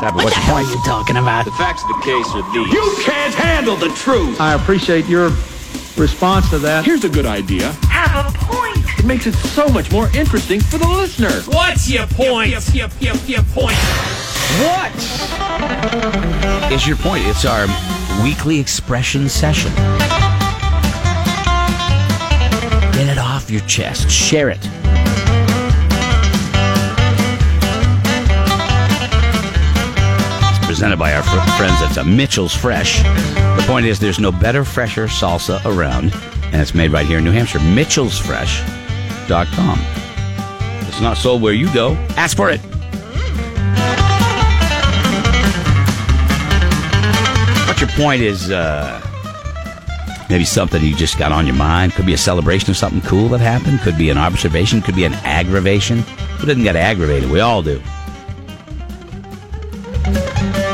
Yeah, but what's the point? you talking about? The facts of the case are these. You can't handle the truth. I appreciate your response to that. Here's a good idea. Have a point. It makes it so much more interesting for the listener. What's your point? Your, your, your, your point. What? It's your point. It's our weekly expression session. Get it off your chest. Share it. It's presented by our fr- friends at uh, Mitchell's Fresh. The point is, there's no better, fresher salsa around, and it's made right here in New Hampshire. Mitchell'sFresh.com. If it's not sold where you go. Ask for it. But your point is uh, maybe something you just got on your mind. Could be a celebration of something cool that happened. Could be an observation. Could be an aggravation. Who doesn't get aggravated? We all do.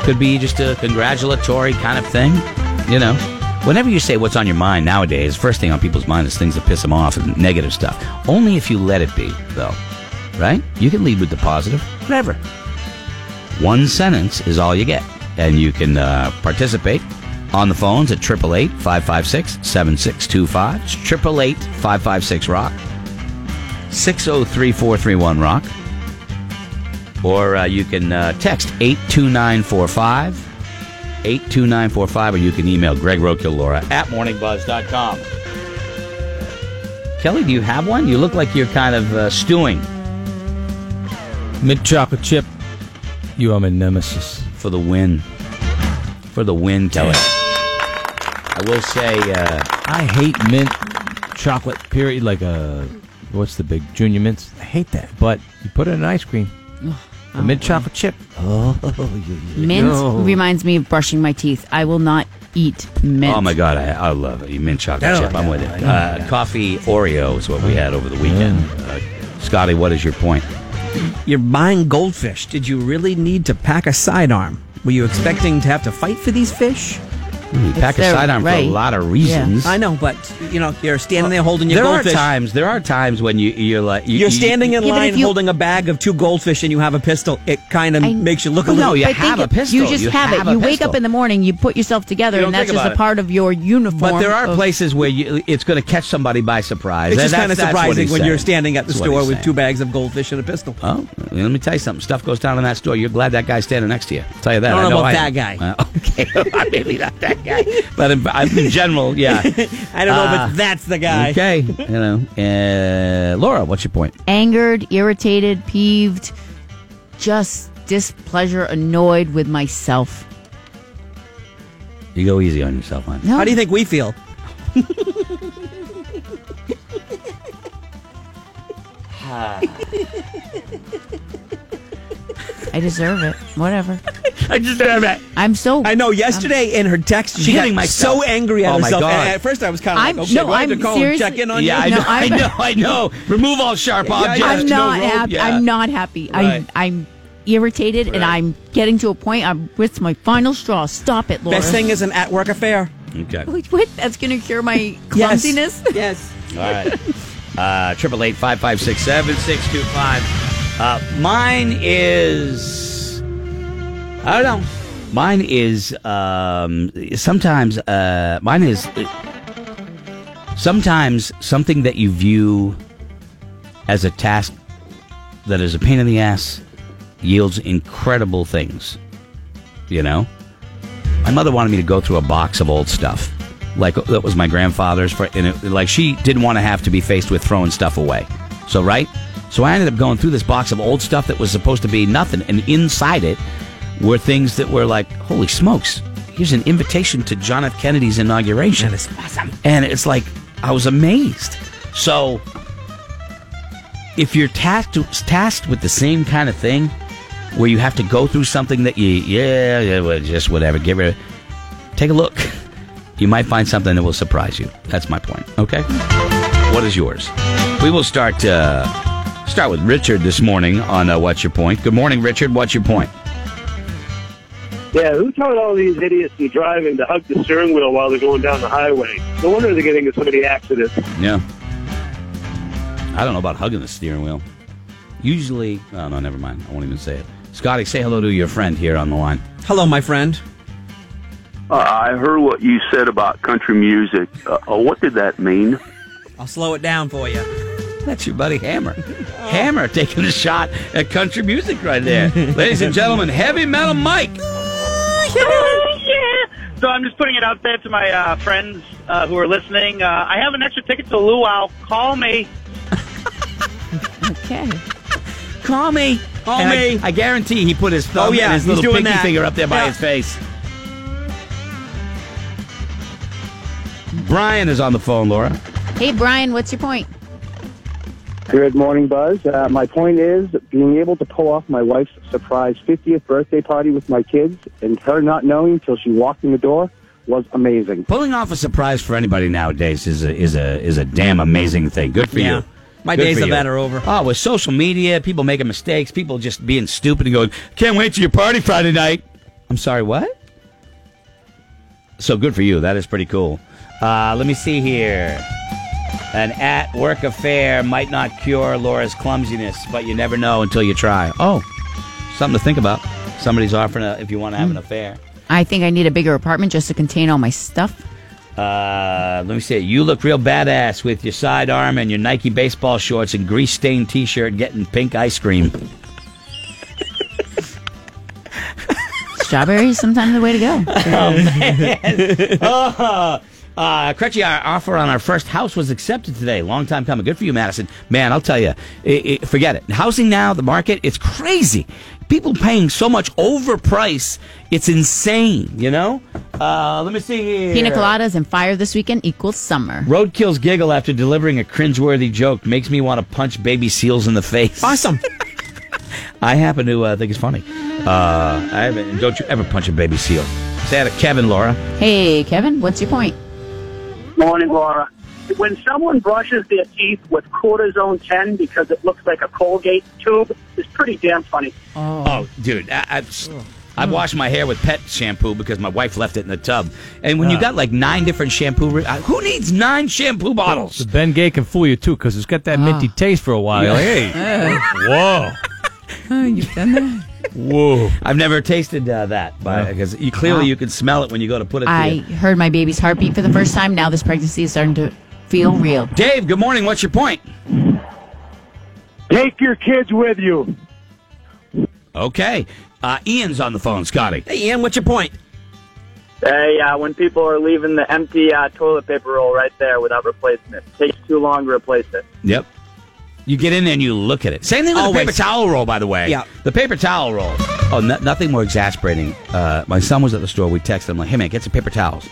Could be just a congratulatory kind of thing. You know, whenever you say what's on your mind nowadays, first thing on people's mind is things that piss them off and negative stuff. Only if you let it be, though, right? You can lead with the positive, whatever one sentence is all you get. And you can uh, participate on the phones at 888 556 7625. 888 556 Rock. 603 431 Rock. Or uh, you can uh, text 82945. 82945. Or you can email Greg Rokiel Laura at morningbuzz.com. Kelly, do you have one? You look like you're kind of uh, stewing Mint chocolate chip. You are my nemesis. for the win. For the win, Kelly. I will say, uh, I hate mint chocolate. Period. Like a what's the big junior mints? I hate that. But you put it in ice cream. A mint chocolate chip. Oh, Mint No. reminds me of brushing my teeth. I will not eat mint. oh my God, I, I love it. You mint chocolate Oh, chip. I'm yeah, with it. yeah, Uh, Coffee Oreo is what we had over the weekend. Uh, Scotty, what is your point? You're buying goldfish. Did you really need to pack a sidearm? Were you expecting to have to fight for these fish? You pack a their sidearm for right. a lot of reasons. I know, but you know, you're standing there holding your There are goldfish. times. There are times when you you're like you, You're you- standing in Yeah, but line if you- holding a bag of two goldfish and you have a pistol. It kind of I- makes you look a Well, little. no, you But have think a it- pistol. You just have, a it. You wake up pistol. in the morning, you put yourself together, You and don't that's think just a about it. part of your uniform. But there are of- places where you, it's going to catch somebody by surprise. It's just That- kind of that's- that's what surprising he's when you're saying. standing at the That's what he's store with saying. two bags of goldfish and a pistol. Oh, let me tell you something. Stuff goes down in that store. You're glad that guy's standing next to you. I'll tell you that. I don't know know about I that am. guy. Uh, okay, maybe not that guy, but in, I- in general, yeah. I don't know, Ah. but that's the guy. Okay, you know, uh, Laura, what's your point? angered, irritated, peeved, just displeasure, annoyed with myself. You go easy on yourself, man. No, How do you think we feel? I deserve it. Whatever. I just have that. I'm so. I know. Yesterday in her text, she Hitting got myself. so angry at Oh, my herself. God. And at first, I was kind of like, I'm- okay, no, well, I had to I'm call and check seriously- in on Yeah, I you. know, No, I I'm- know, I know. Remove all sharp objects. I'm no not rope, happy. yeah. I'm not happy. Right. I'm. I'm irritated, and I'm getting to a point. I'm. It's my final straw. Stop it, Laura. Best thing is an at-work affair. Okay. Wait, what? That's going to cure my Yes. clumsiness. Yes. All right. Triple eight five five six seven six two five. Uh, Mine is. I don't know. Mine is um, sometimes. Uh, mine is sometimes something that you view as a task that is a pain in the ass yields incredible things. You know. My mother wanted me to go through a box of old stuff. Like that was my grandfather's for and it, like she didn't want to have to be faced with throwing stuff away. So right? So I ended up going through this box of old stuff that was supposed to be nothing and inside it were things that were like, holy smokes, here's an invitation to John F. Kennedy's inauguration. That is awesome. And it's like I was amazed. So if you're tasked tasked with the same kind of thing, where you have to go through something that you yeah, yeah well, just whatever, get rid. of Take a look. You might find something that will surprise you. That's my point. Okay. What is yours? We will start uh, start with Richard this morning on uh, what's your point. Good morning, Richard. What's your point? Yeah, who taught all these idiots in driving to hug the steering wheel while they're going down the highway? No wonder they're getting into so many accidents. Yeah. I don't know about hugging the steering wheel. Usually, oh no, never mind. I won't even say it. Scotty, say hello to your friend here on the line. Hello, my friend. Uh, I heard what you said about country music. Uh, uh, what did that mean? I'll slow it down for you. That's your buddy Hammer. Hammer taking a shot at country music right there. Ladies and gentlemen, heavy metal Mike. So I'm just putting it out there to my uh, friends uh, who are listening. Uh, I have an extra ticket to Luau. Call me. Okay. Call me. Call I, me. I guarantee he put his thumb Oh, yeah, and his he's little doing pinky that. finger up there by Yeah. his face. Brian is on the phone, Laura. Hey, Brian, what's your point? Good morning, Buzz. Uh, my point is being able to pull off my wife's surprise 50th birthday party with my kids and her not knowing till she walked in the door was amazing. Pulling off a surprise for anybody nowadays is a is a is a damn amazing thing. Good for Yeah. you. My Good days for of you. that are over. Oh, with social media, people making mistakes, people just being stupid and going, "Can't wait to your party Friday night." I'm sorry, what? So good for you. That is pretty cool. Uh, let me see here. An at work affair might not cure Laura's clumsiness, but you never know until you try. Oh, something to think about. Somebody's offering a, if you want to have an Hmm. affair. I think I need a bigger apartment just to contain all my stuff. Uh, let me see. You look real badass with your sidearm and your Nike baseball shorts and grease stained t shirt getting pink ice cream. Strawberries, sometimes the way to go. Uh, Crutchy, our offer on our first house was accepted today. Long time coming. Good for you, Madison. Man, I'll tell you, it, it, forget it. Housing now, the market, it's crazy. People paying so much overprice, it's insane, you know? Uh, let me see here. Pina coladas and fire this weekend equals summer. Roadkill's giggle after delivering a cringeworthy joke makes me want to punch baby seals in the face. Awesome. I happen to uh, think it's funny. Uh, I haven't. and Don't you ever punch a baby seal. Say that to Kevin, Laura. Hey, Kevin, what's your point? Morning, Laura. When someone brushes their teeth with cortisone 10 because it looks like a Colgate tube, it's pretty damn funny. Oh, dude, I, I've, I've washed my hair with pet shampoo because my wife left it in the tub. And when you got like nine different shampoo, re- uh, who needs nine shampoo bottles? Oh, The Ben Gay can fool you too because it's got that minty Ah. taste for a while. You're like, hey, whoa, Oh, You've done that? whoa. I've never tasted uh, that, but because you clearly Wow. you can smell it when you go to put it. to I you. heard my baby's heartbeat for the first time. Now this pregnancy is starting to feel real. Dave, good morning. What's your point? Take your kids with you. Okay, uh, Ian's on the phone. Scotty, Hey, Ian, what's your point? Hey, uh, when people are leaving the empty uh, toilet paper roll right there without replacing it, takes too long to replace it. Yep. You get in there and you look at it. Same thing with Always. the paper towel roll, by the way. Yeah. The paper towel roll. Oh, no, nothing more exasperating. Uh, my son was at the store. We texted him like, "Hey man, get some paper towels."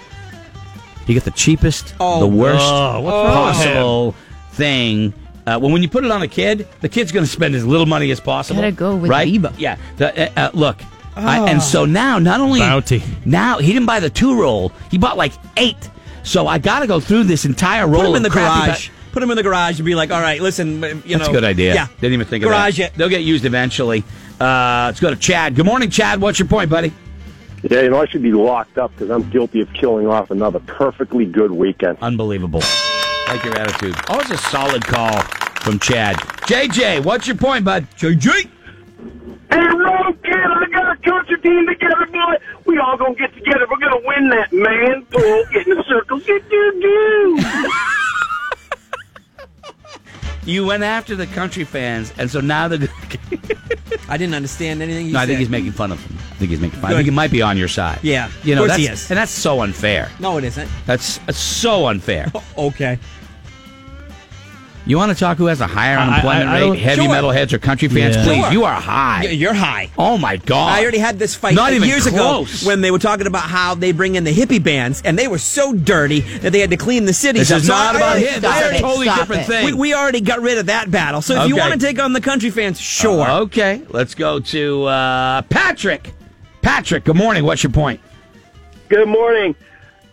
You get the cheapest, Oh, the worst oh, what's wrong with him? possible thing. Uh, well, when you put it on a kid, the kid's going to spend as little money as possible. Gotta go with right? Viva. Yeah. The, uh, uh, look. Ah. I, and so now, not only Bounty. now he didn't buy the two roll, he bought like eight. So I got to go through this entire roll Put him of in the crappy garage. ba- Put him in the garage and be like, all right, listen, you know. that's a good idea. Yeah. Didn't even think garage of that. They'll get used eventually. Uh, let's go to Chad. Good morning, Chad. What's your point, buddy? Yeah, you know, I should be locked up because I'm guilty of killing off another perfectly good weekend. Uh, Unbelievable. Like your attitude. Always a solid call from Chad. JJ, what's your point, bud? JJ. Hey, road kid, I got a country team together, boy. We all gonna get together. We're gonna win that man pool. Get in a circle. Get do do. You went after the country fans, and so now the. no, it. I didn't understand anything you I think said. he's making fun of them. I think he's making fun. I Good. think he might be on your side. Yeah, you know of course that's, he is. and that's so unfair. No, it isn't. That's, that's so unfair. Oh. Okay. You want to talk who has a higher I- I- unemployment I don't- rate, heavy Sure. metal heads or country fans? Yeah. Please, Sure. you are high. Y- You're high. Oh my god! I already had this fight Not like, even years close. ago when they were talking about how they bring in the hippie bands and they were so dirty that they had to clean the cities This up. is So not I about already- him. Stop This is a it. totally Stop different it. thing. We, we already got rid of that battle. So if you Okay. want to take on the country fans, sure. Okay, let's go to uh, Patrick. Patrick, good morning. What's your point? Good morning.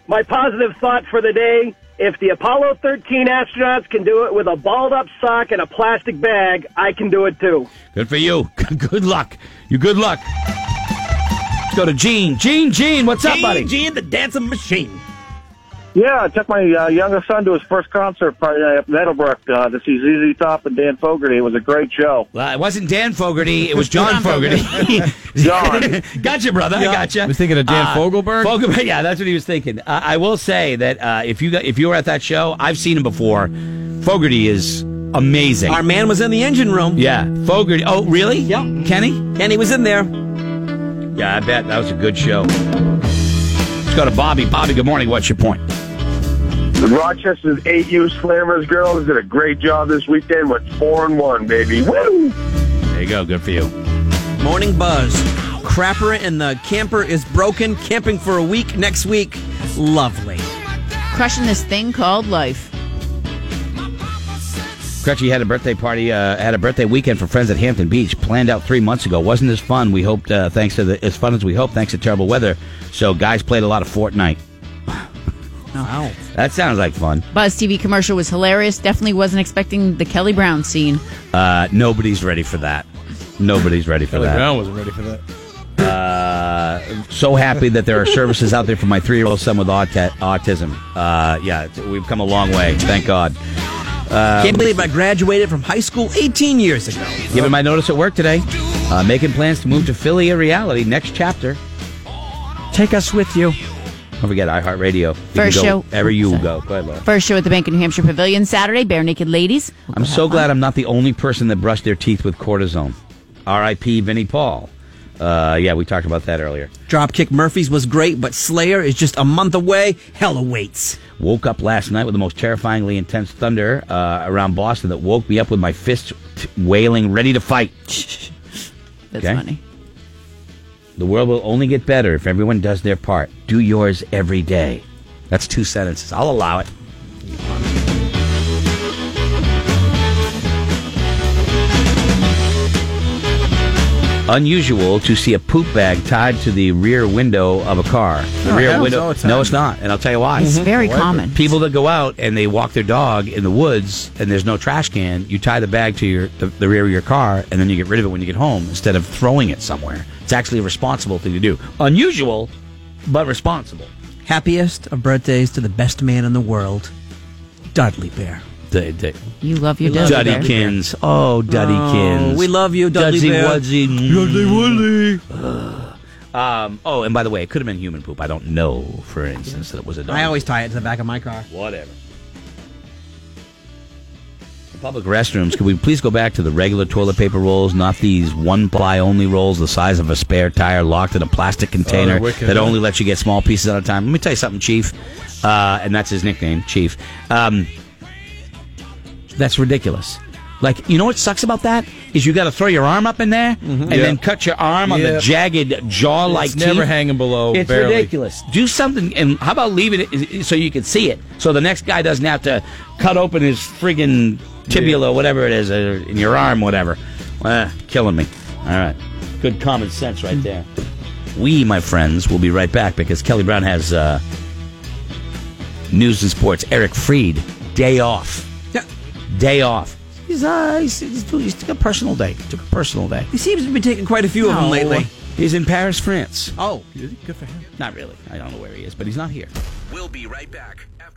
My positive thought for the day if the Apollo 13 astronauts can do it with a balled up sock and a plastic bag, I can do it too. Good for you. good luck. You good luck. Let's go to Gene. Gene, Gene, what's up, buddy? Gene, the dancing machine. Yeah, I took my uh, youngest son to his first concert party up in Meadowbrook uh, to see ZZ Top and Dan Fogerty. It was a great show. Well, it wasn't Dan Fogarty. It was John Fogarty. John. gotcha, brother. I gotcha. Uh, I was thinking of Dan Fogelberg. Fogelberg. Yeah, that's what he was thinking. Uh, I will say that uh, if you got, if you were at that show, I've seen him before. Fogarty is amazing. Our man was in the engine room. yeah, Fogarty. Oh, really? Yep. Kenny? And he was in there. Yeah, I bet that was a good show. Let's go to Bobby. Bobby, good morning. What's your point? Rochester's eight U Slammers girls did a great job this weekend with four and one, baby. Woo! There you go. Good for you. Morning buzz. Crapper and the camper is broken. Camping for a week next week. Lovely. Crushing this thing called life. Crutchy had a birthday party, uh, had a birthday weekend for friends at Hampton Beach, planned out three months ago. Wasn't as fun. We hoped, uh, thanks to the as fun as we hoped, thanks to terrible weather. So guys played a lot of Fortnite. Wow. That sounds like fun. Buzz TV commercial was hilarious. Definitely wasn't expecting the Kelly Brown scene. Uh, nobody's ready for that. Nobody's ready for that. wasn't ready for that. So happy that there are services out there for my three-year-old son with auti- autism. Uh, yeah, it's- we've come a long way. Thank God. Um, Can't believe I graduated from high school 18 years ago. Giving my notice at work today. Uh, making plans to move to Philly a reality. Next chapter. Take us with you. Don't forget iHeartRadio. You can First go show. Wherever you Sorry. go. Go ahead, Laura. First show at the Bank of New Hampshire Pavilion Saturday. Bare naked ladies. We'll I'm go so have glad fun. I'm not the only person that brushed their teeth with cortisone. R.I.P. Vinnie Paul. Uh, yeah, we talked about that earlier. Dropkick Murphys was great, but Slayer is just a month away. Hell awaits. Woke up last night with the most terrifyingly intense thunder uh, around Boston that woke me up with my fists wailing, ready to fight. That's Okay. funny. The world will only get better if everyone does their part. Do yours every day. That's two sentences. I'll allow it. Unusual to see a poop bag tied to the rear window of a car. The No, Oh, it rear happens window. all the time. No, it's not, and I'll tell you why. Mm-hmm. It's very common. People that go out and they walk their dog in the woods and there's no trash can, you tie the bag to your the, the rear of your car and then you get rid of it when you get home instead of throwing it somewhere. It's actually a responsible thing to do. Unusual, but responsible. Happiest of birthdays to the best man in the world, Dudley Bear. D- d- You love your dog. there. Duddykins. Oh, Duddykins. Oh, we love you, Dudley Dudsy Bear. Wudsy. Dudley Woodley. Um, oh, and by the way, it could have been human poop. I don't know, for instance, that it was a dog. I always tie it to the back of my car. Whatever. Public restrooms, could we please go back to the regular toilet paper rolls, not these one ply only rolls the size of a spare tire locked in a plastic container Oh, wicked, that huh? only lets you get small pieces at a time? Let me tell you something, Chief. Uh, and that's his nickname, Chief. Um, that's ridiculous. Like, you know what sucks about that? Is you got to throw your arm up in there and Mm-hmm. Yeah. then cut your arm on the Yeah. jagged jaw like never teeth. hanging below, It's Oh, barely. ridiculous. Do something, and how about leaving it so you can see it, so the next guy doesn't have to cut open his friggin' tibula, whatever it is, or in your arm, whatever. Uh, killing me. All right, good common sense right there. We, my friends, will be right back because Kelly Brown has uh, news and sports. Eric Freed, day off, Yeah, day off. He's uh, he's, he's, he's took a personal day. Took a personal day. he seems to be taking quite a few of them lately. He's in Paris, France. Oh. Not really. I don't know where he is, but he's not here. We'll be right back after.